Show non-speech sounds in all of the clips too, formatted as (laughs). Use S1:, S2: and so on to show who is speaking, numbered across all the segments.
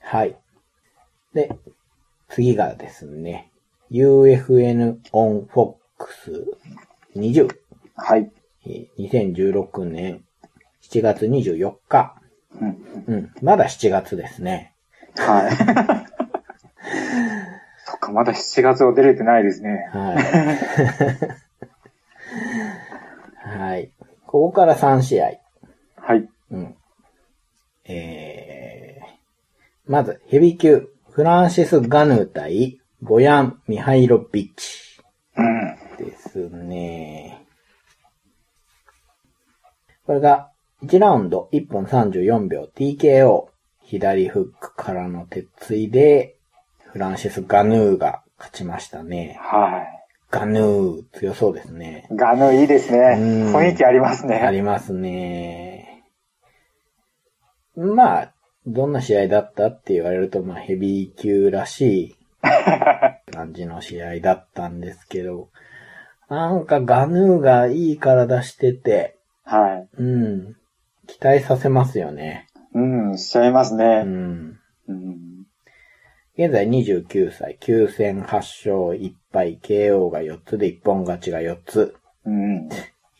S1: はい。で、次がですね、UFN on Fox20、
S2: はい。
S1: えー2016年7月24日。
S2: うん。
S1: うん、まだ7月ですね。
S2: はい。 (laughs) そっか、まだ7月は出れてないですね。
S1: はい。 (laughs) はい。ここから3試合。
S2: はい。
S1: うん。えー、まず、ヘビー級、フランシス・ガヌー対、ボヤン・ミハイロビッチ
S2: うん。
S1: ですね。これが、1ラウンド1本34秒 TKO、左フックからの鉄槌で、フランシス・ガヌーが勝ちましたね。
S2: は
S1: ガヌー、強そうですね。
S2: い。ガヌーいいですね。
S1: うん
S2: 雰囲気あります
S1: あ
S2: ね。
S1: りますね。まあ、どんな試合だったって言われると、まあ、ヘビー級らしい感じの試合だったんですけど、なんかガヌーがいい体してて、
S2: は
S1: うん、期待させますよね。
S2: い。うん、しちゃいます
S1: う
S2: ね。
S1: ん。
S2: うん。
S1: 現在29歳、9戦8勝1敗、KO が4つで一本勝ちが4つ。
S2: うん。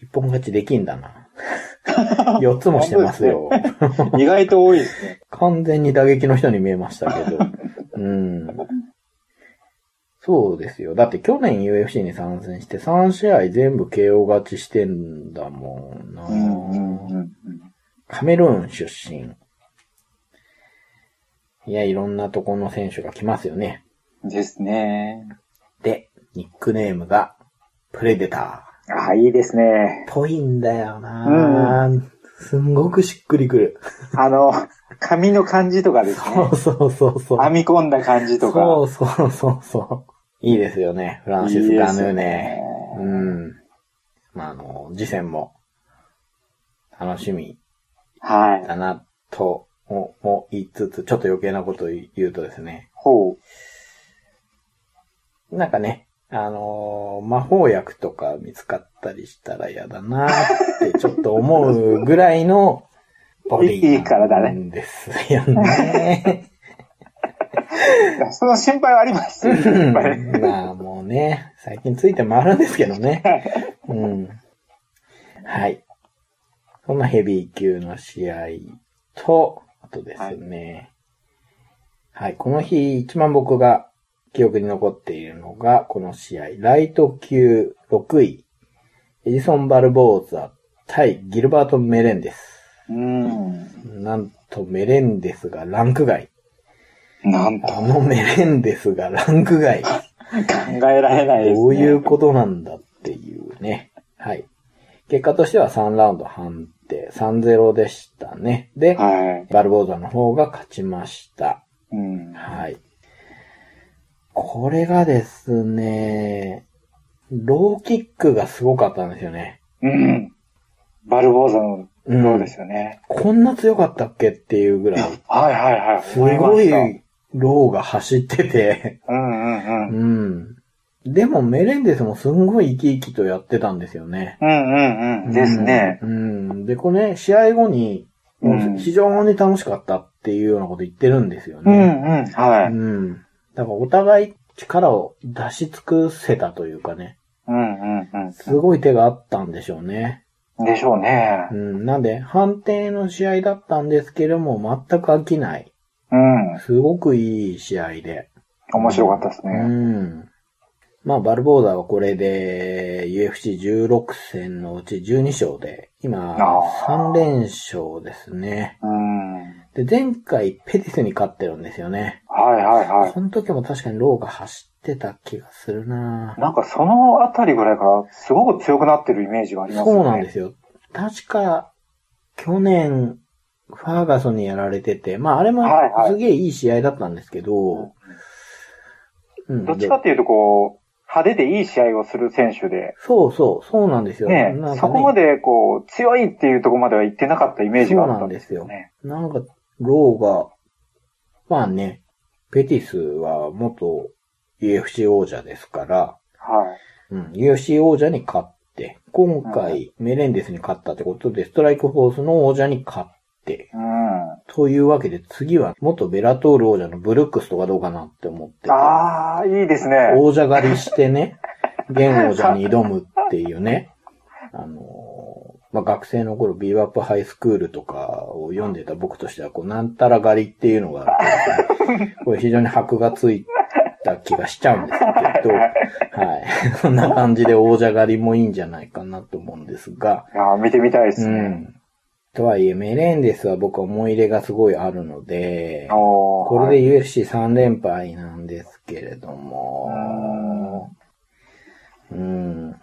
S1: 一本勝ちできんだな。4つもしてますよ。
S2: 意外と多いですね。
S1: 完全に打撃の人に見えました
S2: (laughs)
S1: けど。うん。そうですよ。だって去年 UFC に参戦して3試合全部 KO 勝ちしてんだもんな、
S2: うん、うん、うん。
S1: カメルーン出身。いや、いろんなとこの選手が来ますよね。
S2: うんですね。
S1: で、ニックネームが、プレデタ
S2: あ、いいですね。
S1: ー。ぽいんだよな、すんごくしっくりくる。
S2: あの、髪の感じとかで
S1: (laughs)
S2: す
S1: そ
S2: ね。
S1: うそうそうそう。
S2: 編み込んだ感じとか。
S1: そうそうそうそう。いいですよね、フランシス・ガヌーね。
S2: いいですね
S1: うん。まあ、あの、次戦も楽しみ
S2: はい。
S1: だなと思いつつ、ちょっと余計なことを言うとですね、
S2: ほう。
S1: なんかね、あのー魔法薬とか見つかったりしたら嫌だな (laughs) ってちょっと思うぐらいのボデ
S2: い
S1: ィ
S2: い体
S1: なんですよ (laughs) ね。
S2: その心配はありますよねやっぱり
S1: うん (laughs) まあもうね、最近ついて回るんですけどね。うん。はい。そんなヘビー級の試合と、あとですね。はい、この日一番僕が記憶に残っているのが、この試合、ライト級6位、エジソン・バルボーザ対ギルバート・メレンです。
S2: うん。
S1: なんとメレンですがランク外。
S2: なんと
S1: あのメレンですがランク外。
S2: 考えられないですね。
S1: どういうことなんだっていうね。はい。結果としては3ラウンド判定、3-0でしたね。で、
S2: は
S1: バルボーザの方が勝ちました。
S2: い。うん。
S1: はい。これがですね、ローキックがすごかったんですよね。
S2: うん。バルボーザの
S1: うん
S2: ローですよね。
S1: こんな強かったっけっていうぐらい、
S2: はいはいはい。
S1: すごい
S2: 思まし
S1: ローが走ってて、
S2: たうんうんうん。
S1: うん。でもメレンデスもすんごい生き生きとやってたんですよね。
S2: うんうんうん。ですね。
S1: うん。うんで、これね、試合後に、もううん非常に楽しかったっていうようなこと言ってるんですよ
S2: う
S1: ね。
S2: んうん。はい。
S1: うん。だからお互い力を出し尽くせたというかね、
S2: うんうん
S1: すごい手があったんでしょうね。
S2: うん。でしょうね
S1: う。ん。なんで、判定の試合だったんですけども、全く飽きない。
S2: うん。
S1: すごくいい試合で。
S2: 面白かったですね。
S1: うん。まあ、バルボーダーはこれで UFC16 戦のうち12勝で、今
S2: あ
S1: 3
S2: ー
S1: 連勝ですね。
S2: うん。はい
S1: で、前回ペティスに勝ってるんですよね。
S2: はいはい。
S1: この時も確かにローが走ってた気がするな
S2: なんかそのあたりぐらいからすごく強くなってるイメージがありますよね。
S1: そうなんですよ。確か、去年、ファーガソンにやられてて、まああれも
S2: はいはい
S1: すげえいい試合だったんですけど、うん
S2: どっちかっていうとこう、派手でいい試合をする選手で、
S1: そうそう、そうなんですよ。な
S2: ね
S1: んかね
S2: そこまでこう、強いっていうところまでは行ってなかったイメージがあったんですよね。
S1: なんか、ローが、まあね、ペティスは元 UFC 王者ですから、
S2: は
S1: うん、UFC 王者に勝って、今回メレンデスに勝ったってことで、ストライクフォースの王者に勝って。
S2: うん。
S1: というわけで次は元ベラトール王者のブルックスとかどうかなって思ってて。
S2: ああ、いいですね。
S1: 王者狩りしてね、現王者に挑むっていうね、あのーまあ、学生の頃ビーバップハイスクールとかを読んでた僕としては、こう、なんたら狩りっていうの
S2: (laughs)
S1: があって、これ非常に箔がついた気がしちゃうんですけど、はい。 (laughs) そんな感じで王者狩りもいいんじゃないかなと思うんですが、
S2: いやー見てみたいです
S1: う
S2: ね。
S1: ん。とはいえ、メレンデスは僕は思い入れがすごいあるので、
S2: おー
S1: こ
S2: はい
S1: れで UFC3 連敗なんですけれども、うん。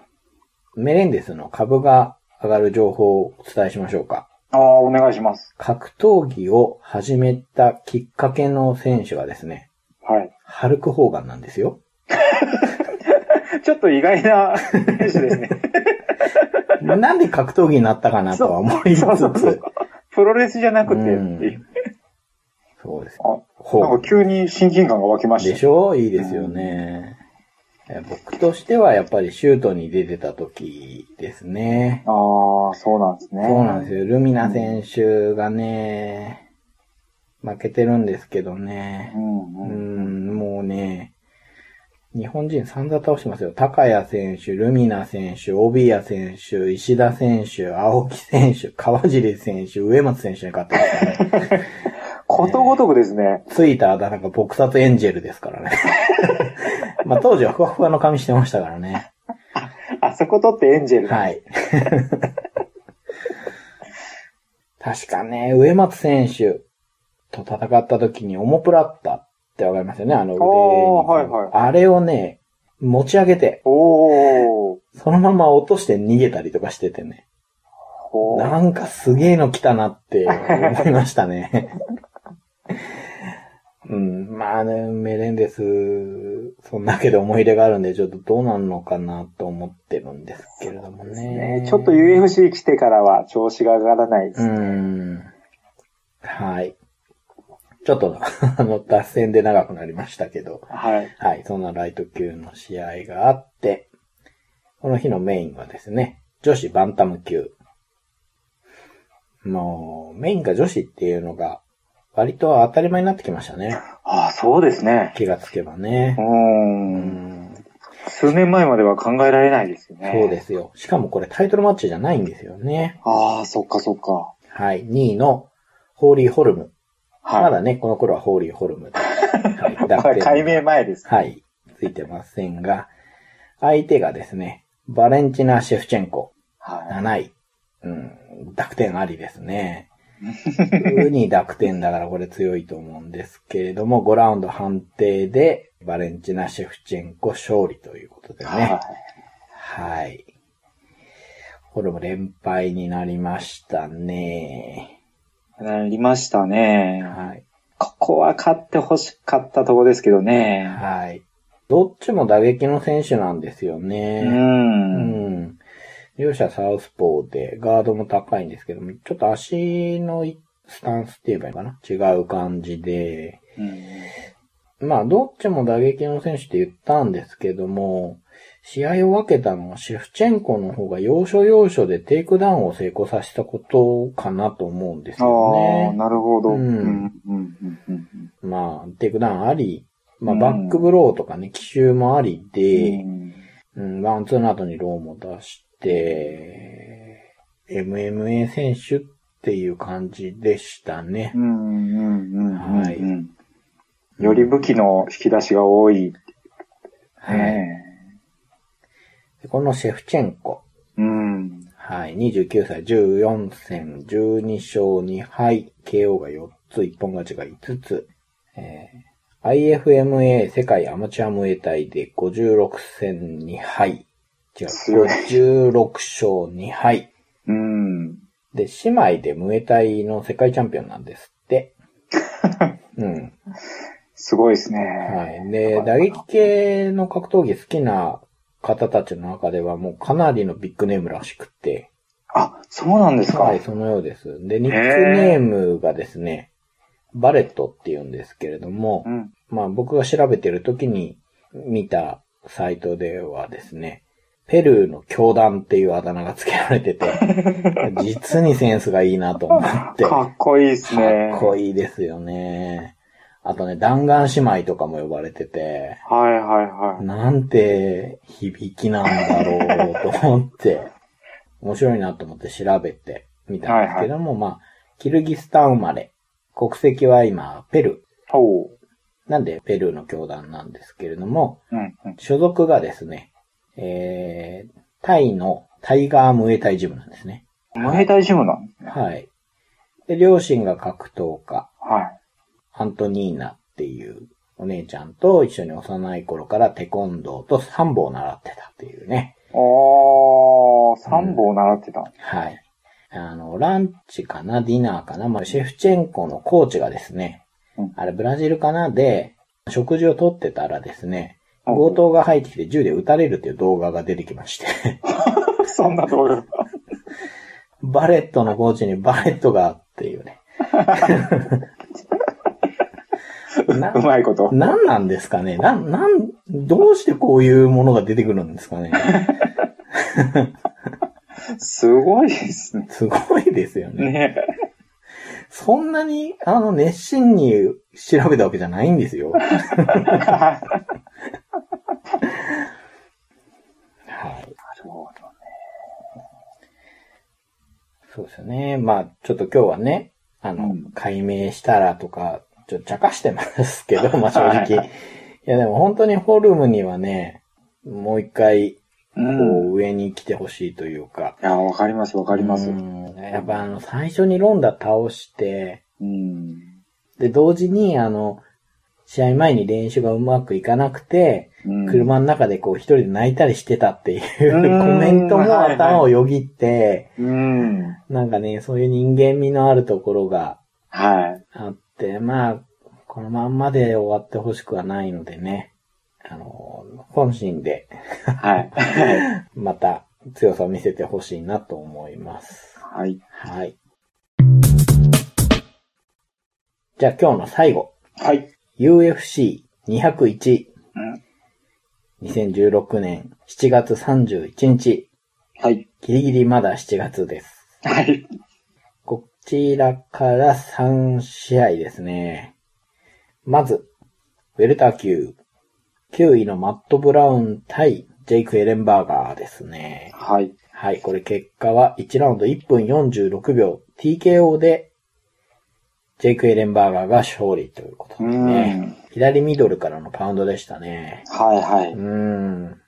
S1: メレンデスの株が上がる情報をお伝えしましょうか。
S2: ああ、お願いします。
S1: 格闘技を始めたきっかけの選手はですね、
S2: はい。
S1: ハルク・ホーガンなんです
S2: (laughs)
S1: よ。
S2: ちょっと意外な (laughs) 選手ですね。
S1: なんで格闘技になったかなとは思いつつ、
S2: そうそうそう。プロレスじゃなくてって
S1: うん
S2: いう。
S1: そうです。
S2: あ、
S1: ホ
S2: なんか急に親近感が湧きました。
S1: でしょいいですよね。え僕としてはやっぱりシュートに出てた時ですね。
S2: ああ、そうなんですね。
S1: そうなんです
S2: よ。
S1: よ。ルミナ選手がね、負けてるんですけど
S2: う
S1: ね。うん
S2: うん。
S1: ん、もうね、日本人散々倒してますよ。高谷選手、ルミナ選手、帯谷選手、石田選手、青木選手、川尻選手、上松選手に勝ってます (laughs) からね。
S2: ことごとくですね。
S1: ついたあだ名が撲殺エンジェルですからね。 (laughs) まあ当時はふわふわの髪してましたからね。
S2: あそこ取ってエンジェル。い。
S1: はい。 (laughs) 確かね、上松選手と戦った時にオモプラッタってわかりますよね、あの腕に
S2: おーはいはい
S1: あれをね、持ち上げて、
S2: おー。
S1: そのまま落として逃げたりとかしててね。
S2: ほー
S1: なんかすげえの来たなって思いましたね。 (laughs) うん、まあね、メレンデス、そんだけで思い入れがあるんで、ちょっとどうなんのかなと思ってるんですけれどもね。
S2: ねちょっと UFC 来てからは調子が上がらないです
S1: う。ん。はい。ちょっと、 (laughs) あの、脱線で長くなりましたけど、
S2: はい。
S1: はい、そんなライト級の試合があって、この日のメインはですね、女子バンタム級。もう、メインが女子っていうのが、割と当たり前になってきましたね。
S2: ああ、そうですね。
S1: 気がつけばね
S2: う。。
S1: うんん、
S2: 数年前までは考えられないですよね。
S1: そうですよ。しかもこれタイトルマッチじゃないんですよね。
S2: ああ、そっかそっか。
S1: はい、2位のホーリーホルム。
S2: はい。
S1: まだね、この頃はホーリーホル
S2: (laughs)
S1: ムで。はい
S2: これ解明前です。
S1: はい、ついてませんが、相手がですね、バレンチナ・シェフチェンコ、
S2: は
S1: 7位。うん、濁点ありですね。ウニ濁点だからこれ強いと思うんですけれども、5ラウンド判定で、バレンチナ・シェフチェンコ勝利ということ
S2: い。
S1: でね
S2: は。
S1: はい。これも連敗になりましたね。
S2: い。なりましたね。
S1: はい。
S2: ここは勝ってほしかったとこですけどね。
S1: はい。どっちも打撃の選手なんですよ
S2: う
S1: ね。
S2: ん。
S1: うん。両者サウスポーで、ガードも高いんですけども、ちょっと足のスタンスって言えばいいのかな違う感じで、まあ、どっちも打撃の選手って言ったんですけども、試合を分けたのはシェフチェンコの方が要所要所でテイクダウンを成功させたことかなと思うんです
S2: あ
S1: よ
S2: あ、
S1: ね。
S2: なるほど。
S1: うん
S2: うんうんうんうん
S1: まあ、テイクダウンあり、まあ、
S2: うん
S1: バックブローとかね、奇襲もありで、
S2: うん
S1: うん、ワンツーの後にローも出して、MMA 選手っていう感じでしたね
S2: う。んうんうんうん
S1: はい
S2: うんより武器の引き出しが多い。
S1: はい。
S2: ね
S1: でこのシェフチェンコ。
S2: うん。
S1: はい。29歳、14戦、12勝2敗、KO が4つ、一本勝ちが5つ。えー IFMA 世界アマチュアムエ隊で56戦2敗。違う、
S2: 強い
S1: 56勝2敗。
S2: うん。
S1: で、姉妹でムエタイの世界チャンピオンなんですって。
S2: (laughs)
S1: うん。
S2: すごいですね。
S1: はい。で、打撃系の格闘技好きな方たちの中ではもうかなりのビッグネームらしくて。
S2: あ、そうなんですか。
S1: はい、そのようです。で、ニックネームがですね、バレットって言うんですけれども
S2: う、ん。
S1: まあ僕が調べてる時に見たサイトではですね、ペルーの教団っていうあだ名が付けられて
S2: (laughs)
S1: て、実にセンスがいいなと思って。
S2: かっこいいですね。
S1: かっこいいですよね。あとね、弾丸姉妹とかも呼ばれてて、
S2: はいはいはい。
S1: なんて響きなんだろうと思って、 (laughs) 面白いなと思って調べてみたんですけども、まあ、キルギスタン生まれ、国籍は今、ペル
S2: おう。
S1: ー。なんで、ペルーの教団なんですけれども、
S2: うんうん。
S1: 所属がですね、えー、タイのタイガームエタイジムなんですね。
S2: ムエタイジムなの
S1: はい。で、両親が格闘家。
S2: はい。
S1: アントニーナっていうお姉ちゃんと一緒に幼い頃からテコンドーとサンボを習ってたっていうね。
S2: おー、三本習ってた。
S1: はい。あの、ランチかな、ディナーかな、まあ、シェフチェンコのコーチがですね
S2: うん、
S1: あれブラジルかなで、食事をとってたらですね、
S2: うん
S1: 強盗が入ってきて銃で撃たれるっていう動画が出てきまして、
S2: (laughs)
S1: (laughs)
S2: そんなところ。
S1: バレットのコーチにバレットがっていう
S2: (laughs)
S1: ね。 (laughs) な
S2: うまいこと。
S1: 何なんですかねなん、なん、どうしてこういうものが出てくるんですかね (laughs)
S2: すごいですね。
S1: すごいですよね。
S2: ね
S1: そんなに、あの、熱心に調べたわけじゃないん
S2: (laughs)
S1: ですよ。
S2: なる
S1: はい。
S2: ほ
S1: そうですよね。まあ、ちょっと今日はね、あの、
S2: うん
S1: 解明したらとか、ちょっと茶化してますけ
S2: (laughs)
S1: ど、まあ正直。
S2: はい
S1: や、でも本当にホルムにはね、もう一回、
S2: ど。
S1: こ
S2: うん。いう
S1: 上に来てほしいというか。
S2: や、わかります、わかります
S1: う。んやっぱあの、最初にロンダ倒して、
S2: うん。
S1: で、同時に、あの、試合前に練習がうまくいかなくて、
S2: うん
S1: 車の中でこう一人で泣いたりしてたっていう
S2: うん
S1: (laughs) コメントも頭をよぎって、
S2: うん。
S1: なんかね、そういう人間味のあるところが
S2: はい。
S1: あって、まあ、このまんまで終わってほしくはないのでね、あの、本心で
S2: はい。
S1: また強さを見せてほしいなと思います。
S2: はい。
S1: はい。じゃあ今日の最後。
S2: はい。
S1: UFC201
S2: うん
S1: 2016年7月31日、
S2: はい。
S1: ギリギリまだ7月です。
S2: はい。
S1: こちらから3試合ですね。まず、ウェルター級、9位のマット・ブラウン対ジェイク・エレンバーガーですね。
S2: はい。
S1: はい、これ結果は1ラウンド1分46秒 TKO で、ジェイク・エレンバーガーが勝利ということです
S2: う
S1: ね
S2: ん。
S1: 左ミドルからのパウンドでしたね。
S2: はい。は
S1: う
S2: い。
S1: ーん。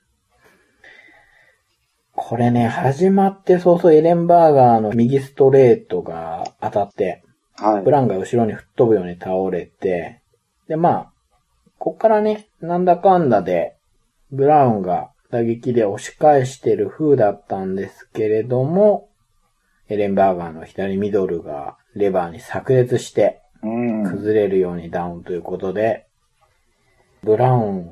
S1: これね、始まって早々エレンバーガーの右ストレートが当たって、
S2: はい
S1: ブ。ランが後ろに吹っ飛ぶように倒れて、で、まあ、こっからね、なんだかんだで、ブラウンが打撃で押し返してる風だったんですけれども、エレンバーガーの左ミドルがレバーに炸裂して、
S2: うん。
S1: 崩れるようにダウンということで、ブラウン、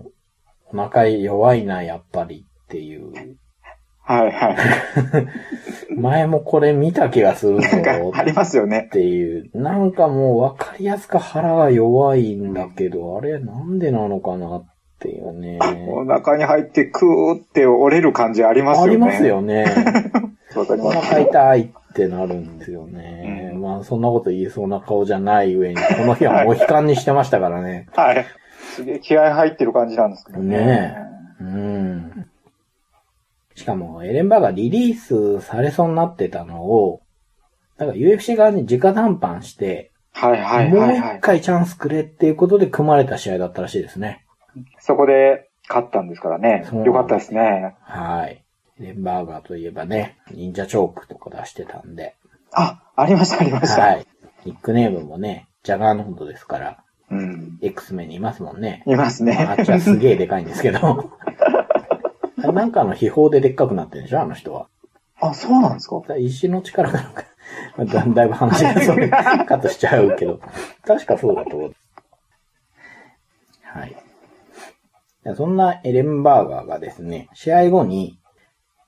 S1: お腹弱いな、やっぱりっていう。
S2: はい。は
S1: 前もこれ見た気がするぞ
S2: い。なんか、あ
S1: っ
S2: りますよね。
S1: ていう。なんかもうわかりやすく腹が弱いんだけど、あれなんでなのかなっていうね。
S2: お腹に入って、クーって折れる感じありますよ
S1: あ
S2: ね。
S1: ります。よ
S2: (laughs)
S1: ね。
S2: わかり
S1: お
S2: ます。
S1: 腹痛いってなるんですよね。
S2: う
S1: まあそんなこと言いそうな顔じゃない上に、この日はもう悲観にしてましたからね。
S2: はい。すげえ気合入ってる感じなんですけどね。
S1: ねうん。しかも、エレンバーがリリースされそうになってたのを、なんか UFC 側に直談判して、
S2: はいはい
S1: も
S2: は
S1: う
S2: い、は
S1: 一
S2: い。
S1: 回チャンスくれっていうことで組まれた試合だったらしいですね。
S2: そこで勝ったんですからね
S1: そう。
S2: よかったですね。
S1: はい。エレンバーガーといえばね、忍者チョークとか出してたんで、
S2: あ、ありましたありました。
S1: はい。ニックネームもね、ジャガーノードですから、
S2: うん。
S1: X メンにいますもんね。
S2: います
S1: あっ
S2: ね。
S1: ちはすげえでかいんですけど。なんかの秘宝ででっかくなってるんでしょあの人は。
S2: あ、そうなんですか
S1: 石の力かなん (laughs) か、まあだだいぶ話がそれカットしちゃうけど、確かそうだと思う。はい。そんなエレンバーガーがですね、試合後に、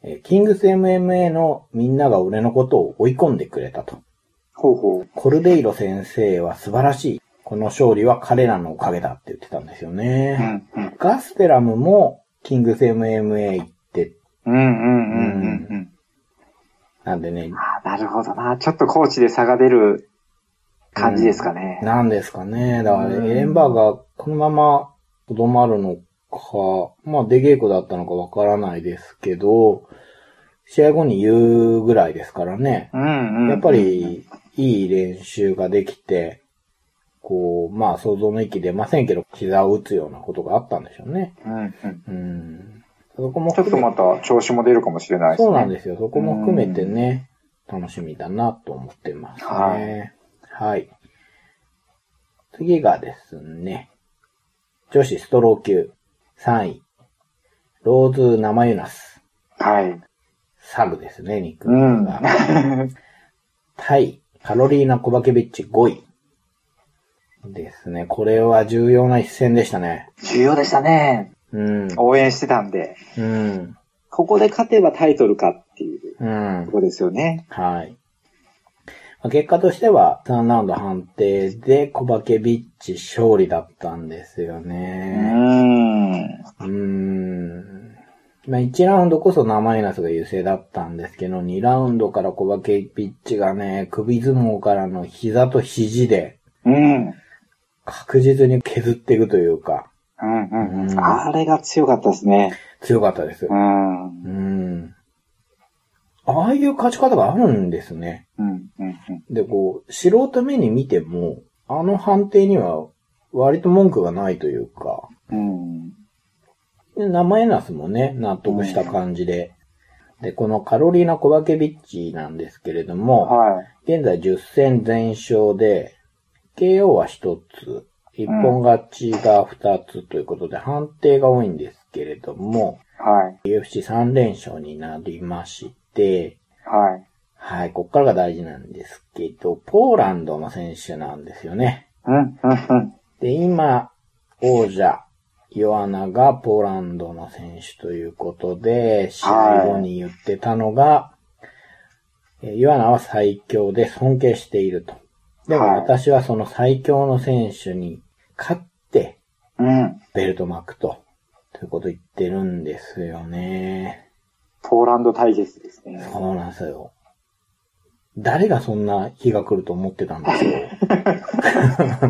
S1: えーキングス MMA のみんなが俺のことを追い込んでくれたと。
S2: ほうほう。
S1: コルデイロ先生は素晴らしい。この勝利は彼らのおかげだって言ってたんですよ
S2: う
S1: ね。
S2: ん、うん
S1: ガスペラムもキングス MMA 行って、
S2: ううんうんうんうんうん。
S1: なんでね、
S2: あなるほどな。ちょっとコーチで差が出る感じですかね。
S1: なんですかね。だから、
S2: うん
S1: エレンバーがこのままとどまるのか、まあ出稽古だったのかわからないですけど、試合後に言うぐらいですからね。
S2: うんうん。
S1: やっぱ、り、いい練習ができて、こう、まあ想像の域出ませんけど、膝を打つようなことがあったんでしょうね。
S2: うんうん。
S1: うん。そこも
S2: ちょっ
S1: 含
S2: と
S1: め
S2: また調子も出るかもしれないですね。
S1: そうなんですよ。そこも含めてね、楽しみだなと思ってますね。はい。次がですね、女子ストロー級3位、ローズ・ナマユナス、
S2: はい。
S1: サブですね、ニック
S2: う
S1: ネー
S2: ん。
S1: ムが。 (laughs) タイ、カロリーナ・コバケビッチ5位。ですね。これは重要な一戦でしたね。
S2: 重要でしたね。
S1: うん。
S2: 応援してたんで。
S1: うん。
S2: ここで勝てばタイトルかっていう
S1: うん
S2: と。こですよね。
S1: はい。まあ結果としては、3ラウンド判定で、コバケビッチ勝利だったんですよ
S2: う
S1: ね。
S2: ん。
S1: うーん。まあ、1ラウンドこそナマイナスが優勢だったんですけど、2ラウンドからコバケビッチがね、首相撲からの膝と肘で、
S2: うん。
S1: 確実に削っていくというか、
S2: うんうんう。
S1: うんん
S2: あれが強かったですね。
S1: 強かったです
S2: う。ん。うん
S1: うん。ああいう勝ち方があるんですね。
S2: うんうん。
S1: で、こう、素人目に見ても、あの判定には割と文句がないというか、
S2: うん。
S1: で生エナスもね、納得した感じで、で、このカロリーナ・コバケビッチなんですけれども、
S2: は
S1: 現在10戦全勝で、KO は1つ、一本勝ちが2つということで、判定が多いんですけれども、
S2: い。はい。
S1: UFC3 連勝になりまして、
S2: はい。
S1: はい、こっからが大事なんですけど、ポーランドの選手なんですよね。
S2: うんうんうん。
S1: で、今、王者、イオアナがポーランドの選手ということで、試合後に言ってたのが、えイオアナは最強で尊敬していると。で
S2: は
S1: も
S2: い
S1: 私はその最強の選手に勝って
S2: うん。
S1: ベルト巻くと、ということ言ってるんですよね。
S2: ポーランド対決ですね。
S1: そうなんですよ。誰がそんな日が来ると思ってたんですよ。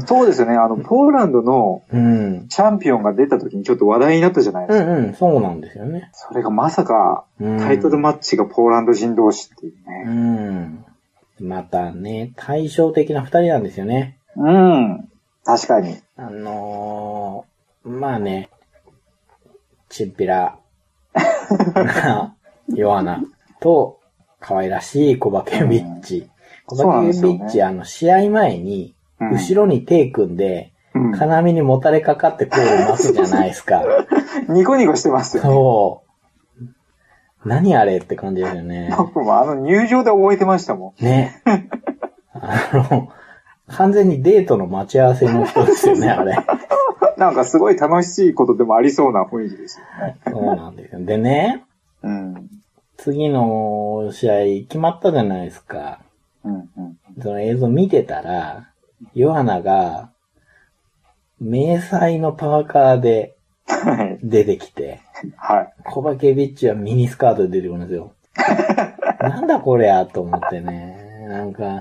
S2: そうですよね。あの、ポーランドの
S1: (laughs) うん。
S2: チャンピオンが出た時にちょっと話題になったじゃないで
S1: う
S2: すか。
S1: んうん、そうなんですよね。
S2: それがまさか、
S1: うん
S2: タイトルマッチがポーランド人同士っていう
S1: う
S2: ね。
S1: ん。またね、対照的な二人なんですよね。
S2: うん。確かに。
S1: あのー、まあね、チンピラ (laughs) なヨアナと、可愛らしいコバケビッチ。コ
S2: そうな
S1: バケ
S2: んで
S1: ビ
S2: すよね
S1: ッチ、あの、試合前に、
S2: うん
S1: 後ろに手組んで、
S2: うん
S1: 金網にもたれかかってコール待つじゃないです
S2: (laughs)
S1: か。
S2: ニコニコしてますよね。
S1: そう。何あれって感じですよ
S2: (laughs)
S1: ね。
S2: 僕もあの入場で覚えてましたも
S1: ね。あの、完全にデートの待ち合わせの人ですよね、あれ。
S2: ん。なんかすごい楽しいことでもありそうな雰囲気ですよね。
S1: そうなんですよ。でね、
S2: うん。
S1: 次の試合決まったじゃないですか。
S2: うん。うん。
S1: その映像見てたら、ヨハナが、迷彩のパーカーで
S2: はい。
S1: 出てきて、
S2: はい。
S1: コバケビッチはミニスカートで出てくるんですよ。なんだこりゃと思ってね。なんか、
S2: はい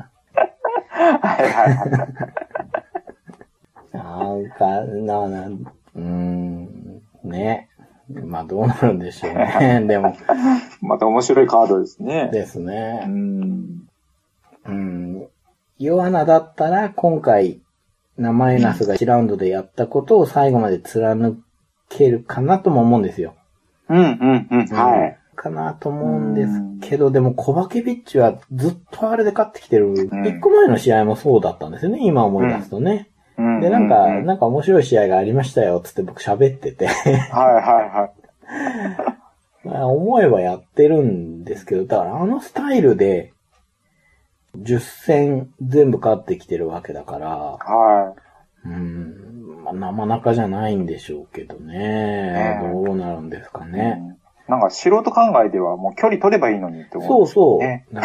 S2: はいはい。
S1: なんか、な、な、うーん、ね。まあ、どうなるんでしょう
S2: (laughs)
S1: ね。でも、 (laughs)
S2: また面白いカードですね。
S1: です
S2: う
S1: ね。
S2: ん。
S1: うん。ヨアナだったら、今回、名前ナスが1ラウンドでやったことを最後まで貫けるかなとも思うんですよ。
S2: うんうんうん。はい。
S1: かなと思うんですけど、でも、コバケビッチはずっとあれで勝ってきてる。
S2: ん
S1: 1個前の試合もそうだったんですよね、今思い出すとね。
S2: うん
S1: で、なんか、
S2: う
S1: なんか面白い試合がありましたよ、つって僕喋ってて。
S2: はいはいはい。
S1: まあ、思えばやってるんですけど、だからあのスタイルで、10戦全部勝ってきてるわけだから、
S2: は
S1: うん、まあ、生中じゃないんでしょうけどね。
S2: ええ
S1: どうなるんですか
S2: い。
S1: ね。
S2: うん。なんか素人考えではもう距離取ればいいのにって思。
S1: そううそう。
S2: ね
S1: (laughs) な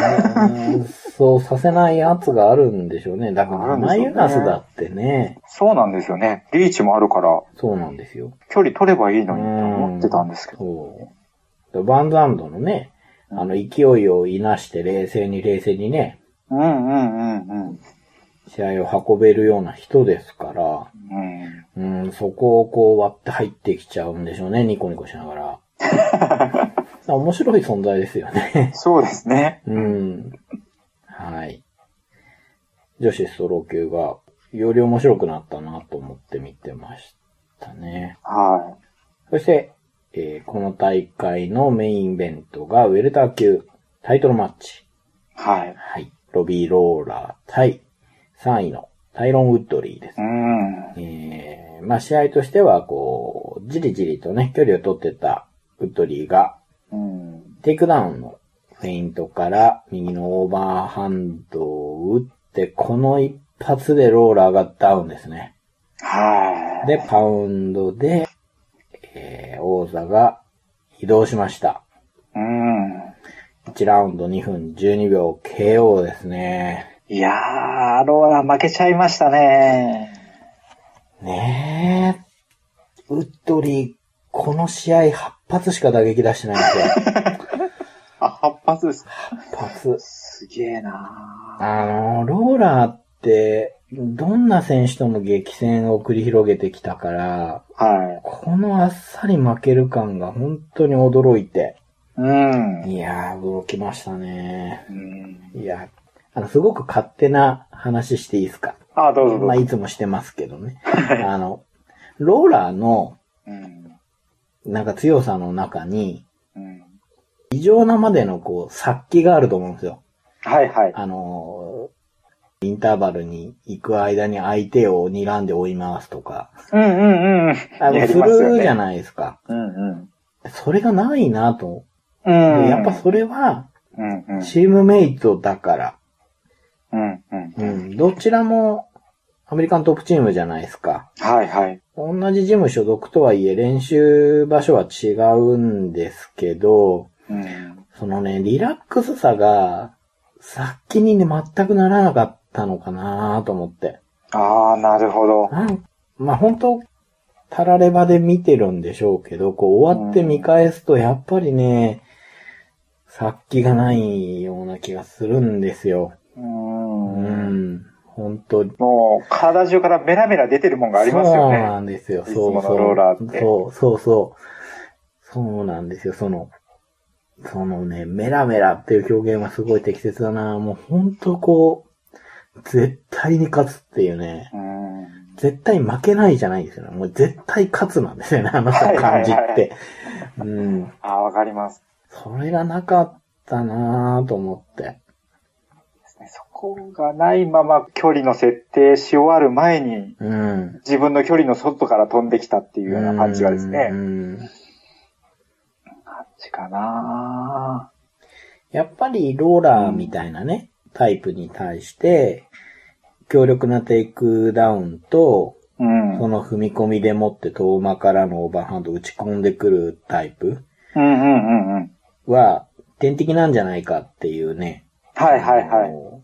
S1: そうさせない圧があるんでしょうね。だか
S2: ある
S1: ら、
S2: んでし
S1: マ
S2: ょうね
S1: ユナスだってね、
S2: そうなんですよね。リーチもあるから、
S1: そうなんですよ。
S2: 距離取ればいいのにって思ってたんですけど。
S1: そう。バンザンドのね、あの、勢いをいなして冷静に冷静にね、
S2: うんうんうんうん。
S1: 試合を運べるような人ですから、
S2: うん、
S1: うん、そこをこう割って入ってきちゃうんでしょうね、ニコニコしながら。面白い存在ですよね。
S2: そうですね。
S1: うん。はい。女子ストロー級が、より面白くなったなと思って見てましたね。
S2: は
S1: そして、えーこの大会のメインイベントが、ウェルター級タイトルマッチ。
S2: い。はい。
S1: はい。ロビー・ローラー対3位のタイロン・ウッドリーです
S2: う。ん。
S1: えーまあ試合としては、こう、じりじりとね、距離を取ってたウッドリーが、
S2: うん。
S1: テイクダウンのフェイントから右のオーバーハンドを打って、この一発でローラーがダウンですね。
S2: はい。
S1: で、パウンドで、えー王座が移動しました。
S2: うん。
S1: 1ラウンド2分12秒 KO ですね。
S2: いやー、ローラー負けちゃいましたね。
S1: ねえ。ウッドリー、この試合8発しか打撃出してないんです
S2: (laughs)
S1: よ。
S2: あ、8発ですか
S1: 8発。
S2: すげえな
S1: あの、ローラーって、どんな選手とも激戦を繰り広げてきたから、
S2: ー。はい。
S1: このあっさり負ける感が本当に驚いて。
S2: うん。
S1: いやー、驚きましたね。
S2: うん、
S1: いや、あの、すごく勝手な話していいですか
S2: あ、どうぞど
S1: まあ、
S2: うぞ。
S1: いつもしてますけどね。あの、ローラーの、
S2: うん。
S1: なんか強さの中に、
S2: うん。
S1: 異常なまでのこう、殺気があると思うんですよ。
S2: はいはい。
S1: あのーインターバルに行く間に相手を睨んで追い回すとか、
S2: うんうんうん。
S1: あの、
S2: や
S1: す
S2: りますよ
S1: るじゃ
S2: ね。
S1: ないですか。
S2: うんうん。
S1: それがないなと。
S2: うん。
S1: でやっぱそれは、
S2: うんうん。
S1: チームメイトだから、
S2: うんうん。
S1: うん、どちらも、アメリカントップチームじゃないですか。
S2: はいはい。
S1: 同じジム所属とはいえ、練習場所は違うんですけど、
S2: うん。
S1: そのね、リラックスさが、さっきにね、全くならなかったのかなと思って。
S2: ああ、なるほど。
S1: なんまあ本当、たらればで見てるんでしょうけど、こう終わって見返すとやっぱりね、殺気がないような気がするんですよ。
S2: う。
S1: うんん。本当
S2: もう、体中からメラメラ出てるもんがありますよ
S1: そう
S2: ね。
S1: なんですよ。
S2: いつ
S1: そ
S2: も
S1: う
S2: の
S1: そう。
S2: ローラーって
S1: そうそうそう。そうなんですよ。その、そのね、メラメラっていう表現はすごい適切だな。もう本当こう、絶対に勝つっていうね。
S2: うん。
S1: 絶対負けないじゃないですよね。もう絶対勝つなんですよね、あの人の感じ
S2: はい
S1: っ
S2: はい
S1: て。うん。
S2: ああ、わかります。
S1: それがなかったなぁと思って。
S2: そこがないまま距離の設定し終わる前に、
S1: うん。
S2: 自分の距離の外から飛んできたっていうような感じがです
S1: う
S2: ね。
S1: ん。
S2: 感じかな
S1: やっぱりローラーみたいなね、タイプに対して、強力なテイクダウンと、
S2: うん。う
S1: そ
S2: ん
S1: の踏み込みでもって遠間からのオーバーハンド打ち込んでくるタイプ
S2: うんうんうん。
S1: は、天敵なんじゃないかっていうね。
S2: はいはいは
S1: あ
S2: い。
S1: の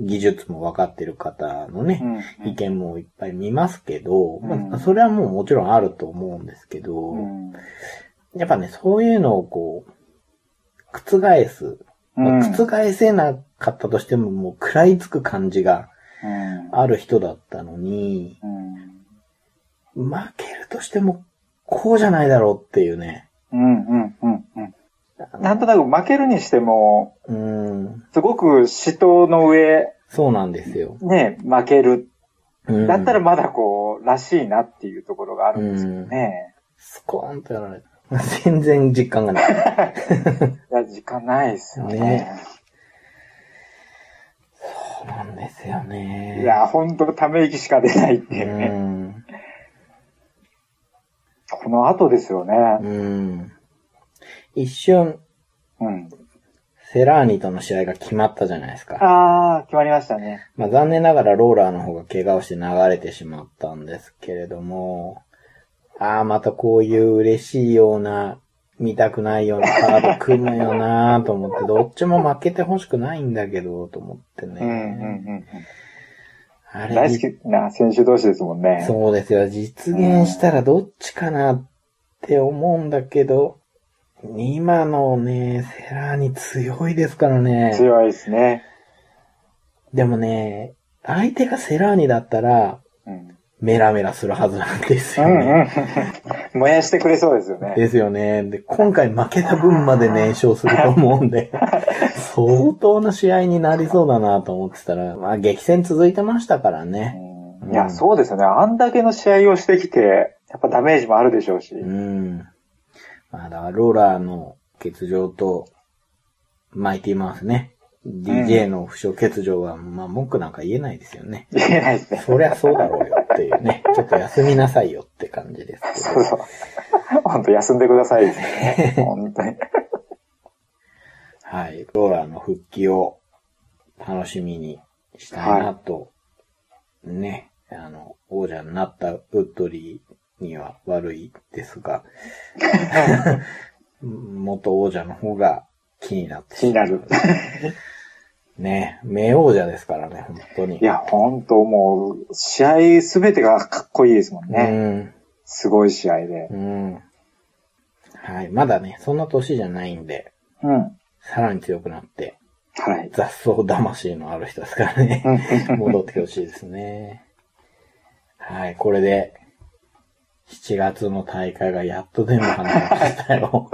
S1: 技術も分かってる方のね、
S2: うん
S1: 意見もいっぱい見ますけど、
S2: うん
S1: まあ、それはもうもちろんあると思うんですけど、
S2: うん
S1: やっぱね、そういうのをこう、覆す、
S2: うん。
S1: 覆せなかったとしても、もう食らいつく感じが
S2: うん
S1: ある人だったのに、
S2: うん
S1: 負けるとしても、こうじゃないだろうっていうね。
S2: うんうんうんうん。
S1: あの
S2: なんとなく負けるにしても、
S1: うん、
S2: すごく死闘の上、
S1: そうなんですよ。
S2: ね、負ける。
S1: うん、
S2: だったらまだこう、らしいなっていうところがあるんですけどね。
S1: スコーンとやられた。全然実感がない。
S2: いや、時間ないですよ
S1: ね
S2: ね。
S1: そうなんですよね。
S2: いや、ほんとため息しか出ないっていうね。
S1: うん。
S2: この後ですよね。
S1: うん。一瞬、
S2: うん。
S1: セラーニとの試合が決まったじゃないですか。
S2: あー、決まりましたね。
S1: まあ残念ながらローラーの方が怪我をして流れてしまったんですけれども、ああ、またこういう嬉しいような、見たくないようなカード組むよなーと思って、どっちも負けてほしくないんだけど、と思ってね。
S2: うんうん
S1: あ
S2: うん。
S1: れ、
S2: 大好きな選手同士ですも
S1: (laughs)
S2: んね。
S1: そうですよ。実現したらどっちかなって思うんだけど、今のね、セラーに強いですからね。
S2: 強いですね。
S1: でもね、相手がセラーニだったら、
S2: うん。
S1: メラメラするはずなんです
S2: う
S1: よ
S2: ん
S1: ね。
S2: うん。燃やしてくれそうですよね。
S1: ですよね。で、今回負けた分まで燃焼すると思うん
S2: (laughs)
S1: で、相当な試合になりそうだなと思ってたら、まあ激戦続いてましたからね。
S2: うんいや、そうですよね。あんだけの試合をしてきて、やっぱダメージもあるでしょうし。
S1: うん。まあ、だからローラーの欠場と、マイティマウスね。DJ の負傷欠場は、まあ文句なんか言えないですよね。
S2: 言えないですね。
S1: そりゃそうだろうよっていうね。ちょっと休みなさいよって感じですけ
S2: (laughs) そう
S1: ど。
S2: そう。本当休んでくださいですね。本当に。
S1: はい。ローラーの復帰を楽しみにしたいなと、ね。あの、王者になったウッドリーには悪いですが、 (laughs) 元王者の方が気になって
S2: 気になる。
S1: (laughs) ね。名王者ですからね、本当に。
S2: いや、本当もう、試合すべてがかっこいいですもんね。すごい試合で。
S1: うん。うん。はい。まだね、そんな年じゃないんで、
S2: うん。は
S1: さらに強くなって、
S2: い。
S1: 雑草魂のある人ですからね。
S2: う
S1: (laughs)
S2: ん
S1: 戻ってほしいですね。はい、これで、7月の大会がやっと全部話しましたよ。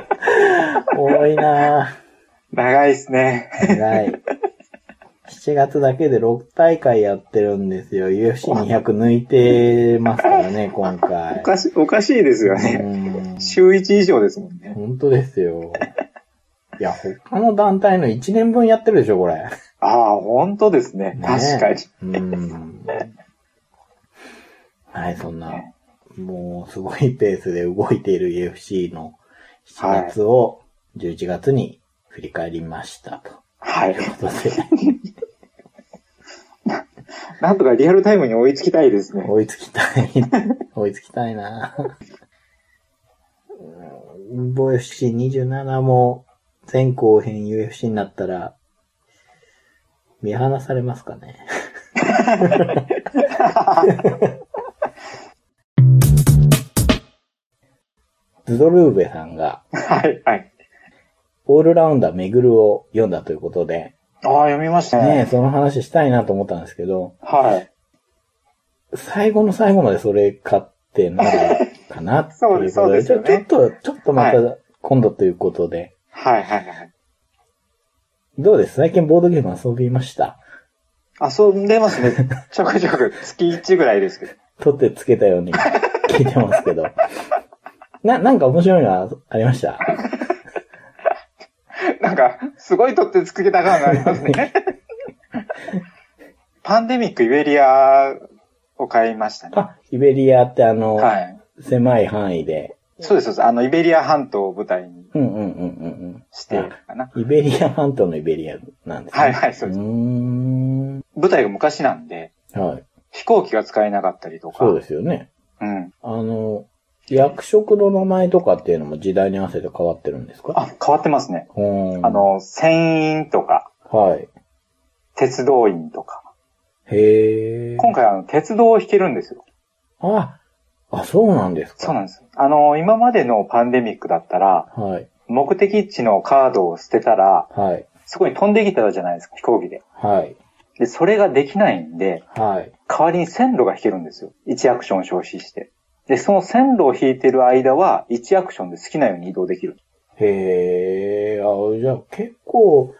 S1: (laughs) 多いなぁ。
S2: 長いですね。
S1: 偉い。7月だけで6大会やってるんですよ。UFC200 抜いてますからね、今回
S2: お。かし、おかしいですよね。
S1: うん
S2: 週1以上ですもんね。
S1: 本当ですよ。いや、他の団体の1年分やってるでしょ、これ。
S2: ああ、本当ですね。確かに。
S1: に。うん。はい、そんな、もうすごいペースで動いている UFC の7月を11月に振り返りましたと。
S2: はい。
S1: ということで、
S2: なんとかリアルタイムに追いつきたいですね。
S1: 追いつきたい。追いつきたいな。うん UFC27 も前後編 UFC になったら、見放されますかね。ズドルーベさんが、
S2: はい、はい。
S1: オールラウンダーめぐるを読んだということで、
S2: ああ、読みました
S1: ねえ
S2: ね。
S1: その話したいなと思ったんですけど、
S2: はい。
S1: 最後の最後までそれ買ってなるかなっていうことで、
S2: (laughs) そうですそうですよね
S1: ちょちょっと、ちょっとまた
S2: は
S1: 今度ということで、
S2: はい、はい、はい。
S1: どうです最近ボードゲーム遊びました
S2: 遊んでます
S1: (laughs)
S2: ね。ちょくちょく。月1ぐらいですけど。
S1: 取ってつけたよう
S2: (laughs)
S1: に聞いてますけど。な、なんか面白いのはありました
S2: なんか、すごい取ってつけた感がありま
S1: (laughs)
S2: すね。パンデミックイベリアを買いましたね。
S1: あ、イベリアってあの、
S2: はい。
S1: 狭い範囲で、
S2: そうです、そうです。あの、イベリア半島を舞台に
S1: うんうんうんうん
S2: してるかな。
S1: うん。イベリア半島のイベリアなんですね。
S2: はい、はい、そう
S1: う
S2: で
S1: ー
S2: す。
S1: ん。
S2: 舞台が昔なんで、
S1: はい。
S2: 飛行機が使えなかったりとか。
S1: そうですよね。
S2: うん。
S1: あの、役職の名前とかっていうのも時代に合わせて変わってるんですか
S2: あ、変わってますね。
S1: うん
S2: あ、の、船員とか、
S1: はい。
S2: 鉄道員とか。
S1: へえ。
S2: 今回、あの、鉄道を弾けるんですよ。
S1: あ、あ、そうなんですか。
S2: そうなんです。あの、今までのパンデミックだったら、
S1: はい。
S2: 目的地のカードを捨てたら、
S1: はい。
S2: そこに飛んできたじゃないですか、飛行機で。
S1: はい。
S2: で、それができないんで、
S1: はい。
S2: 代わりに線路が引けるんですよ。1アクション消費して。で、その線路を引いてる間は、1アクションで好きなように移動できる。
S1: へえ。あ、じゃあ結構、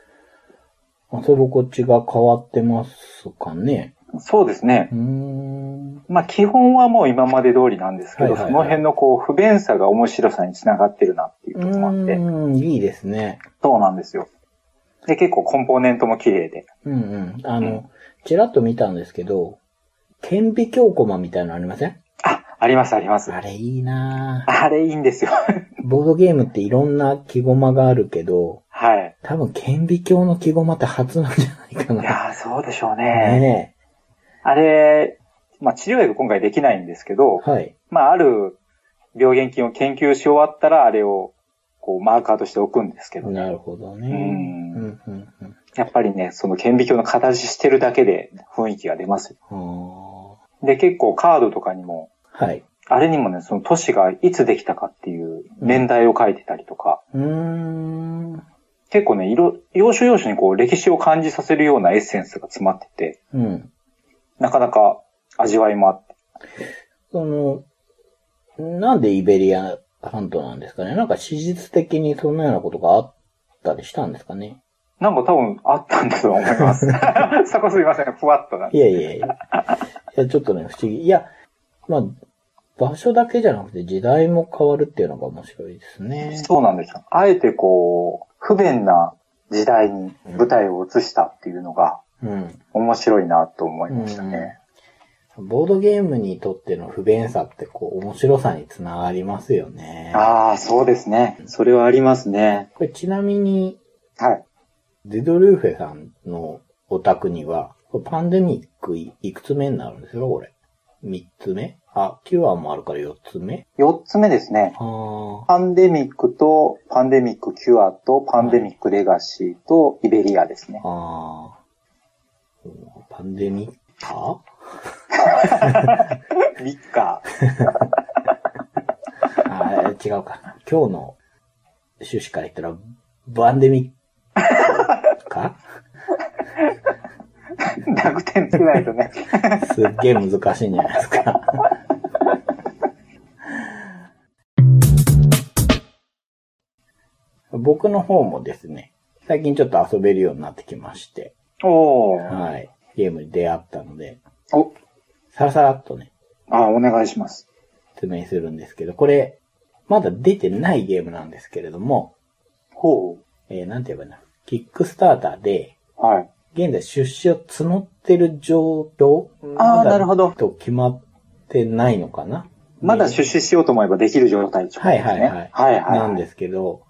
S1: 遊び心地が変わってますかね。
S2: そうですね
S1: う。ーん。
S2: まあ、基本はもう今まで通りなんですけど、
S1: はいはいはい
S2: その辺のこう、不便さが面白さにつながってるなっていう
S1: う
S2: こともあって、
S1: ーん、いいですね。
S2: そうなんですよ。で、結構コンポーネントも綺麗で。
S1: うんうん。あ
S2: う
S1: の、ちらっと見たんですけど、顕微鏡コマみたいなのありません
S2: あ、ありますあります。
S1: あれいいなぁ
S2: あれいいんですよ。
S1: ボードゲームっていろんな木駒があるけど、
S2: はい。
S1: 多分顕微鏡の木駒って初なんじゃないか
S2: い
S1: な。
S2: やー、そうでしょうね。
S1: ね
S2: あれ、まあ、治療薬今回できないんですけど、
S1: え。はい。
S2: まあ、ある病原菌を研究し終わったら、あれを、こう、マーカーとして置くんですけど、
S1: なるほどね。
S2: うん
S1: うんうんうん
S2: やっぱりね、その顕微鏡の形してるだけで雰囲気が出ますよ。
S1: あー
S2: で、結構カードとかにも、
S1: はい。
S2: あれにもね、その都市がいつできたかっていう年代を書いてたりとか、
S1: うーん。
S2: 結構ね、色、要所要所にこう歴史を感じさせるようなエッセンスが詰まってて、
S1: うん。
S2: なかなか味わいもあって。
S1: その、なんでイベリア半島なんですかねなんか史実的にそんなようなことがあったりしたんですかね
S2: なんか多分あったんだと思います。 (laughs) そこすいません、ふわっとな。
S1: いやい (laughs) やいや。いや、ちょっとね、不思議。いや、まあ、場所だけじゃなくて時代も変わるっていうのが面白いですね。
S2: そうなんですよ。あえてこう、不便な時代に舞台を移したっていうのが
S1: うん。
S2: 面白いなと思いましたね。
S1: ボードゲームにとっての不便さって、こう、面白さにつながりますよね。
S2: ああ、そうですね。それはありますね。
S1: これちなみに、
S2: はい。
S1: デドルーフェさんのお宅には、これパンデミックいいくつ目になるんですかこれ。三つ目あ、キュアもあるから四つ目
S2: 四つ目ですね。
S1: あー
S2: パンデミックと、パンデミックキュアと、パンデミックレガシーと、イベリアですね。
S1: あー。うんパンデミッカ
S2: ミッカー。
S1: あー違うか。今日の趣旨から言ったら、バンデミッカ
S2: 濁点つけない
S1: (laughs)
S2: とね。
S1: すっげえ難しいんじゃないですか。僕の方もですね、最近ちょっと遊べるようになってきまして、
S2: おー。
S1: はい。ゲームに出会ったので、
S2: お、
S1: さらさらっとね、
S2: あお願いします。
S1: 説明するんですけど、これ、まだ出てないゲームなんですけれども、
S2: ほ
S1: えー、なんて言えばいいのキックスターターで、
S2: う。はい。
S1: 現在出資を募ってる状況
S2: あーなるほど
S1: と決まってないのかな
S2: まだ出資しようと思えばできる状態ですね。
S1: はいはいはい。
S2: はいはい。
S1: なんですけど、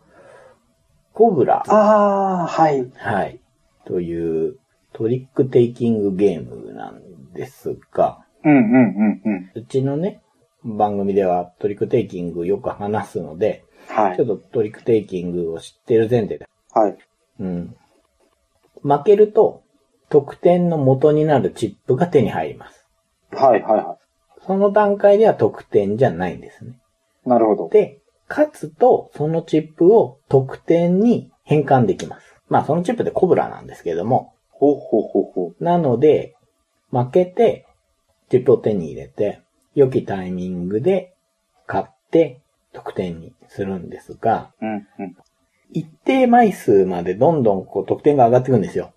S1: コブラ、
S2: ああ、はい。
S1: はい、というトリックテイキングゲームなんですが、
S2: うんうんうんうん。
S1: うちのね、番組ではトリックテイキングよく話すので、
S2: は
S1: ちょ
S2: い
S1: っ。とトリックテイキングを知ってる前提で。
S2: はい。
S1: うん。負けると、得点の元になるチップが手に入ります。
S2: はいはいは
S1: その段階では得点じゃないんですね。
S2: い。なるほど。
S1: で、勝つと、そのチップを得点に変換できます。まあ、そのチップでコブラなんですけれども。
S2: ほうほうほうほう。
S1: なので、負けて、チップを手に入れて、良きタイミングで買って、得点にするんですが、
S2: うんうん。
S1: 一定枚数までどんどんこう得点が上がっていくんですよ。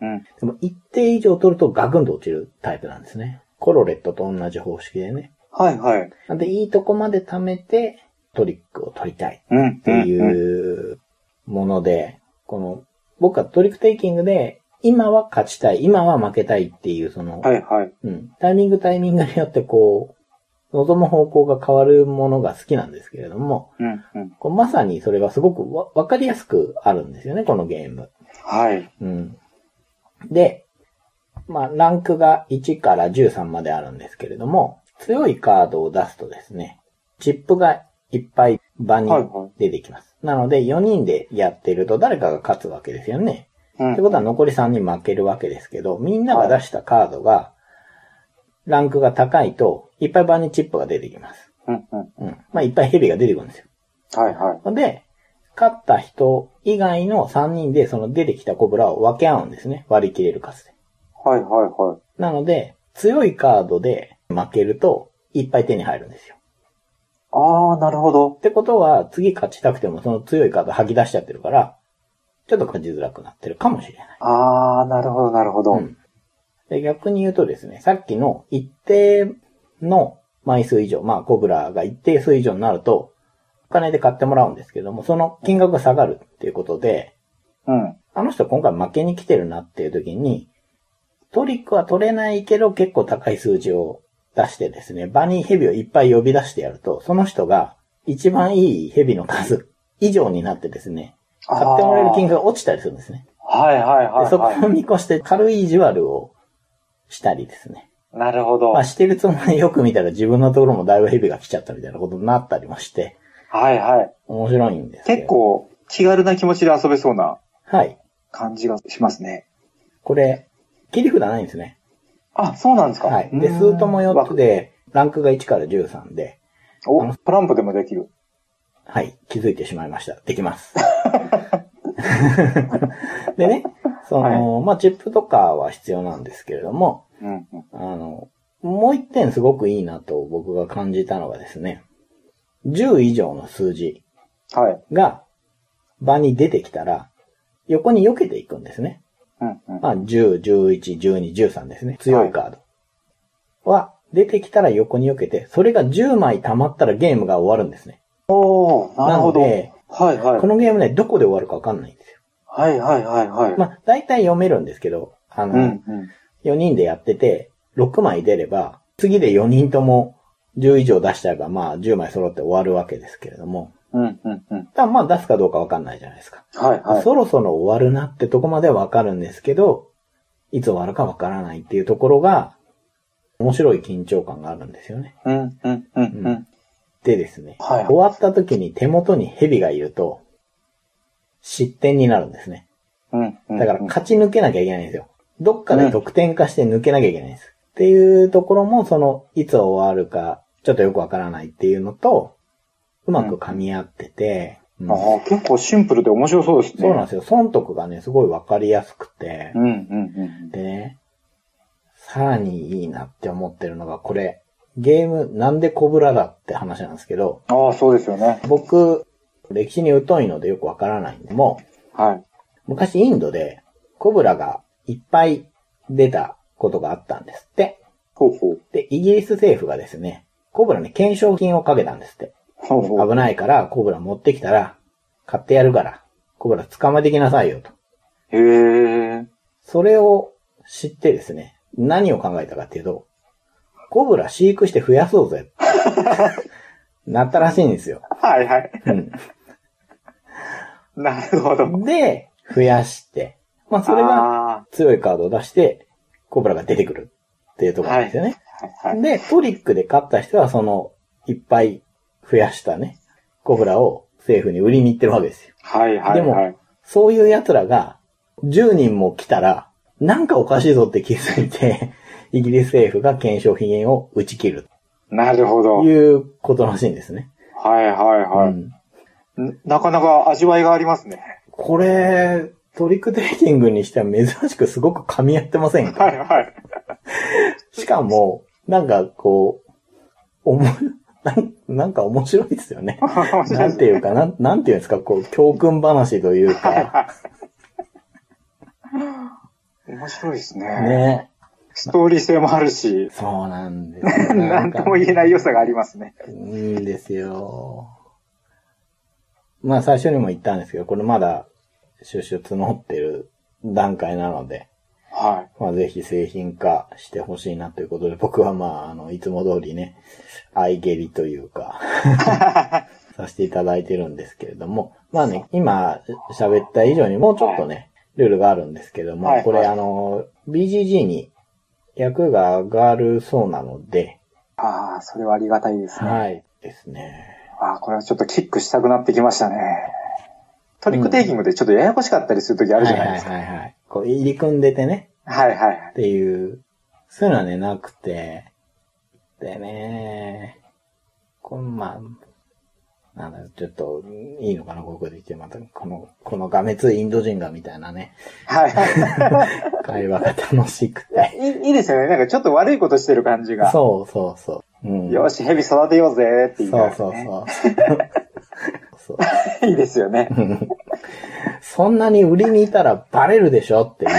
S2: うん。
S1: でも一定以上取るとガクンと落ちるタイプなんですね。コロレットと同じ方式でね。
S2: はいはい。
S1: なんでいいとこまで貯めてトリックを取りたい
S2: うんうん。っ
S1: っていうもので、この僕はトリックテイキングで今は勝ちたい、今は負けたいっていうその、
S2: はいはい。
S1: うん、タイミングタイミングによってこう、望む方向が変わるものが好きなんですけれども、
S2: うんうん。
S1: こうまさにそれがすごくわわかりやすくあるんですよね、このゲーム。
S2: はい。
S1: うん。で、まあ、ランクが1から13まであるんですけれども、強いカードを出すとですね、チップがいっぱい場に
S2: はいはい
S1: 出てきます。なので、4人でやってると誰かが勝つわけですよね。
S2: うん
S1: ってことは残り3人負けるわけですけど、みんなが出したカードが、ランクが高いと、いっぱい場にチップが出てきます。
S2: うんうん。
S1: うん。まあ、いっぱいヘビが出てくるんですよ。
S2: はいはい。
S1: で、勝った人以外の3人でその出てきたコブラを分け合うんですね。割り切れる数で。
S2: はいはいはい。
S1: なので、強いカードで負けるといっぱい手に入るんですよ。
S2: ああ、なるほど
S1: っ。てことは、次勝ちたくてもその強いカード吐き出しちゃってるから、ちょっと勝ちづらくなってるかもしれない。
S2: ああ、なるほどなるほど。
S1: うん。で逆に言うとですね、さっきの一定の枚数以上、まあコブラが一定数以上になると、お金で買ってもらうんですけども、その金額が下がるっていうことで、
S2: うん。
S1: あの人今回負けに来てるなっていう時に、トリックは取れないけど結構高い数字を出してですね、場にヘビをいっぱい呼び出してやると、その人が一番いいヘビの数以上になってですね、買ってもらえる金額が落ちたりするんですね。
S2: はいはいはい、
S1: でそこを
S2: は
S1: 見越して軽い意地悪をしたりですね。
S2: い。なるほど。
S1: ま
S2: は
S1: あ
S2: い
S1: してるつもりでよく見たら自分のところもだいぶヘビが来ちゃったみたいなことになったりもして、
S2: はい。
S1: 面白いんですけど。
S2: 結。構気軽な気持ちで遊べそうな
S1: はい。
S2: 感じがしますね。
S1: これ、切り札ないんですね。
S2: あ、そうなんですか。
S1: はい。で、
S2: うーん
S1: スートも4つ。で、ランクが1から13で、
S2: お、トランプでもできる。
S1: はい、気づいてしまいました。できます。 (laughs) でね、その、まあ、チップとかは必要なんですけれども、
S2: うん、うん。
S1: あの、もう一点すごくいいなと僕が感じたのがですね、10以上の数字
S2: はい。
S1: が場に出てきたら、横に避けていくんですね。
S2: うん、うん。
S1: まあ、10、11、12、13ですね。強いカードは出てきたら横に避けて、それが10枚溜まったらゲームが終わるんですね。
S2: おー、なるほど。
S1: なの
S2: はい、
S1: で
S2: はい
S1: こ。のゲームね、どこで終わるかわかんないんですよ。
S2: はい、はい、はい、はい。
S1: まあ、大体読めるんですけど、あの、
S2: うん、うん。
S1: 4人でやってて、6枚出れば、次で4人とも10以上出したら、まあ10枚揃って終わるわけですけれども、
S2: うん、うん、うん。
S1: ただまあ出すかどうかわかんないじゃないですか。
S2: はい、はい。
S1: そろそろ終わるなってとこまではわかるんですけど、いつ終わるかわからないっていうところが、面白い緊張感があるんですよね。
S2: うん、うん、うん、
S1: う
S2: うんん。
S1: でですね、
S2: はい
S1: 終わった時に手元に蛇がいると、失点になるんですね。
S2: うん、うん。
S1: だから
S2: うん
S1: 勝ち抜けなきゃいけないんですよ。どっかで得点化して抜けなきゃいけないんです。っていうところも、その、いつ終わるか、ちょっとよくわからないっていうのと、うまく噛み合ってて、うん
S2: あー結構シンプルで面白そうですね。
S1: そうなんですよ。損得がね、すごいわかりやすくて
S2: う、ん、うん、
S1: でね、さらにいいなって思ってるのが、これ、ゲームなんでコブラだって話なんですけど、
S2: うん。ああ、そうですよね。
S1: 僕、歴史に疎いのでよくわからないんで、もう、
S2: はい。
S1: 昔インドでコブラがいっぱい出たことがあったんですって。
S2: ほうほう。
S1: で、イギリス政府がですね、コブラに懸賞金をかけたんですって。
S2: ほうほう。
S1: 危ないからコブラ持ってきたら、買ってやるから、コブラ捕まえてきなさいよと。
S2: へえ。
S1: それを知ってですね、何を考えたかっていうと、コブラ飼育して増やそう
S2: (laughs)
S1: ぜ。なったらしいんですよ。
S2: はい、はい。
S1: うん
S2: なるほど。
S1: で、増やして、まあそれが
S2: あ
S1: 強いカードを出して、コブラが出てくるっていうところなんですよね。
S2: ーはいはい
S1: で、トリックで勝った人は、その、いっぱい増やしたね、コブラを政府に売りに行ってるわけですよ。
S2: はいはい
S1: でも
S2: はい。
S1: そういう奴らが、10人も来たら、なんかおかしいぞって気づいて、 (laughs) イギリス政府が検証費源を打ち切る
S2: なるほど。
S1: と
S2: はい
S1: いうことらしいんですね。
S2: はいは
S1: うん
S2: い。なかなか味わいがありますね。
S1: これ、トリックテイキングにしては珍しくすごく噛み合ってませんか
S2: はいはい。
S1: しかも、なんかこう、おも、 (laughs) なんなんか面白いですよ
S2: (laughs)
S1: ね。 (laughs) なんていうか、なん、なんていうんですか、こう、教訓話という
S2: (laughs)
S1: か、
S2: 面白いですね。
S1: ね。
S2: ストーリー性もあるし、
S1: そうなんですよ。
S2: (laughs) なんとも言えない良さがありますね。
S1: いいんですよ。まあ最初にも言ったんですけど、これまだ収集募ってる段階なので、
S2: は
S1: まあぜひ製品化してほしいなということで、僕はまあ、あの、いつも通りね、相蹴りという
S2: (laughs)
S1: か、させていただいてるんですけれども、まあね、今喋った以上にもうちょっとね、ルールがあるんですけども、
S2: はい
S1: これ
S2: はい
S1: あの、BGG に役が上がるそうなので、
S2: い。ああ、それはありがたいですね。
S1: はい、ですね。
S2: ああ、これはちょっとキックしたくなってきましたね。トリックテイキングでちょっとややこしかったりするときあるじゃないですか。
S1: はいはいはいはい。こう、入り組んでてね、
S2: はいはいはい
S1: っ。ていう、そういうのはね、なくて、でね、この、まあ、なんだろう、ちょっと、いいのかな、ここで言って、また、この、このがめついインド人がみたいな
S2: (laughs)
S1: ね、
S2: はいは
S1: 会話が楽しくて。
S2: い
S1: (laughs)
S2: いい。いいですよね。なんかちょっと悪いことしてる感じ (laughs) が。
S1: そうそうそう。うん。
S2: よ
S1: し。
S2: し、蛇育てようぜって
S1: そ
S2: 言
S1: う
S2: いながらね
S1: そうそう。そう
S2: (laughs) いいですよね。
S1: そんなに売りにいたらバレるでしょっていう、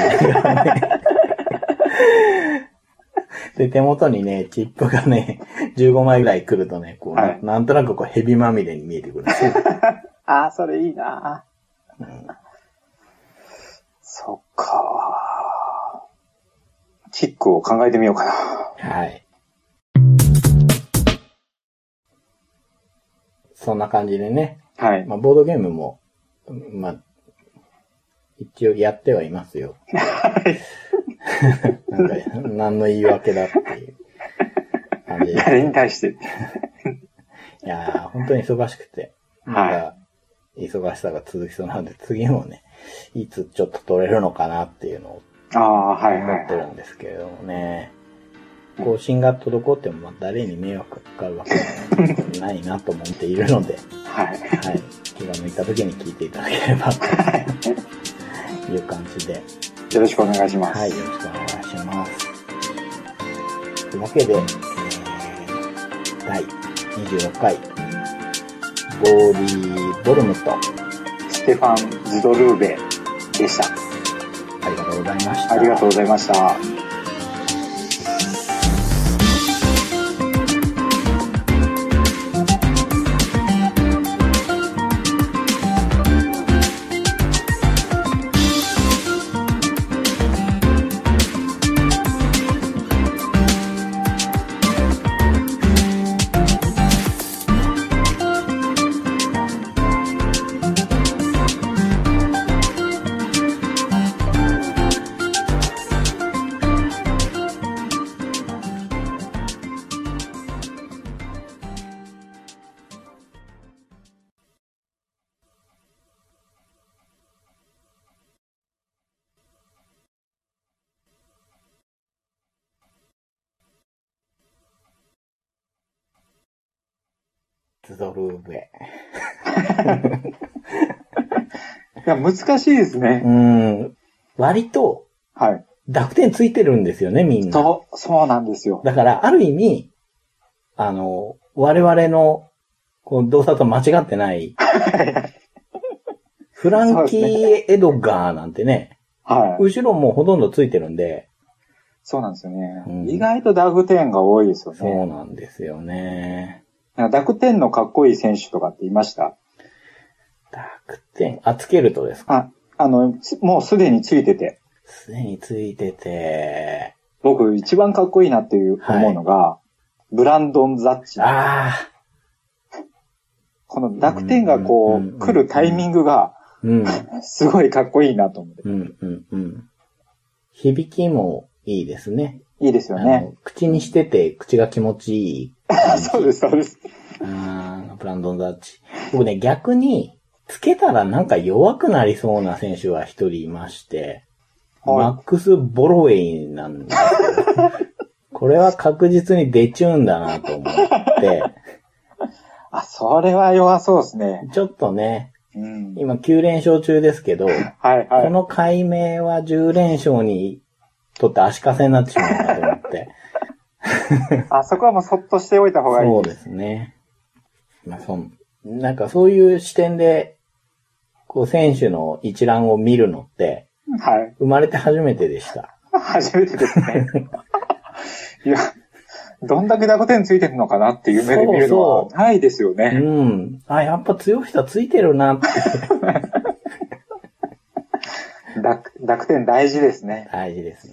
S1: で、手元にね、チップがね、15枚ぐらい来るとね、こう、
S2: はい
S1: ななんとなくこう、ヘビまみれに見えてくるんですよ。
S2: ああ、それいいな、そっか。キックを考えてみようかな。
S1: はい。そんな感じでね、
S2: はい。
S1: まあ、ボードゲームも、まあ、一応やってはいますよ。 (laughs) なんか、何の言い訳だっていう感じです
S2: 誰に対して。
S1: いやー、本当に忙しくて。
S2: はい
S1: まだ忙しさが続きそうなんで、次もね、いつちょっと取れるのかなっていうのを
S2: ああ、はいは
S1: 思って
S2: い。
S1: るんですけれどもね。更新が滞ってもまあ誰に迷惑かかるわけじゃないなと思っている
S2: (laughs)
S1: ので、
S2: はい。
S1: はい。気が向いた時に聞いていただければという感じで、
S2: よろしくお願いします。
S1: はい、よろしくお願いします。というわけで、えー第26回、ボーリー・ボルムと、
S2: ステファン・ズドルーベでした。
S1: ありがとうございました。
S2: ありがとうございました。
S1: ズドルーブへ。
S2: いや、難しいですね。
S1: うん。割と
S2: はい。
S1: 濁点ついてるんですよね、みんな。
S2: そう、そうなんですよ。
S1: だから、ある意味、あの、我々の、こう、動作と間違って
S2: (laughs)
S1: ない。フランキ
S2: そうです
S1: ー・エドガーなんてね、
S2: はい。
S1: 後ろもうほとんどついてるんで、
S2: そうなんですよね。
S1: うん
S2: 意外とダグテンが多いですよ
S1: そう
S2: ね。
S1: なんですよね。
S2: なんかダグテンのかっこいい選手とかっていました
S1: 濁点。あ、つけるとですか
S2: あ、あの、つもうすでについてて、
S1: すでについてて、
S2: 僕一番かっこいいなっていう思うのが、ブランドン・ザッチ。
S1: あ
S2: この濁点が
S1: うん
S2: こ
S1: うんうんう
S2: う、
S1: ん
S2: 来るタイミングが、
S1: あ、うん、
S2: すごいかっこいいなと思って。
S1: うん、うん、うん。響きもいいですね。
S2: いいですよ
S1: あ
S2: ね。
S1: の口にしてて、口が気持ちいい。
S2: そうです、そうです。
S1: あーブランドン・ダッチ。僕ね、逆に、つけたらなんか弱くなりそうな選手は一人いまして、マ
S2: は
S1: ックス・ボロウェイなんですけ
S2: (laughs)
S1: どこれは確実にデチューンだなと思って、
S2: い。あ、それは弱そうですね。
S1: ちょっとね、
S2: うん。
S1: 今9連勝中ですけど、
S2: はい、は
S1: こ
S2: い。
S1: の解明は10連勝にとって足かせになってしまうなと思って。
S2: あそこ (laughs) はもうそっとしておいた方がいい。
S1: そうですね。まあ、そんなんかそういう視点で、こう選手の一覧を見るのって、
S2: はい。 (laughs)
S1: 生まれて初めてでした。
S2: 初めてですね。 (laughs) いや、どんだけ濁点ついてるのかなっていう目で見るのは
S1: そうそ
S2: ないですよ
S1: う
S2: ね。
S1: ん。あ、やっぱ強い人はついてるなって。
S2: 濁濁点大事ですね。
S1: 大事です
S2: う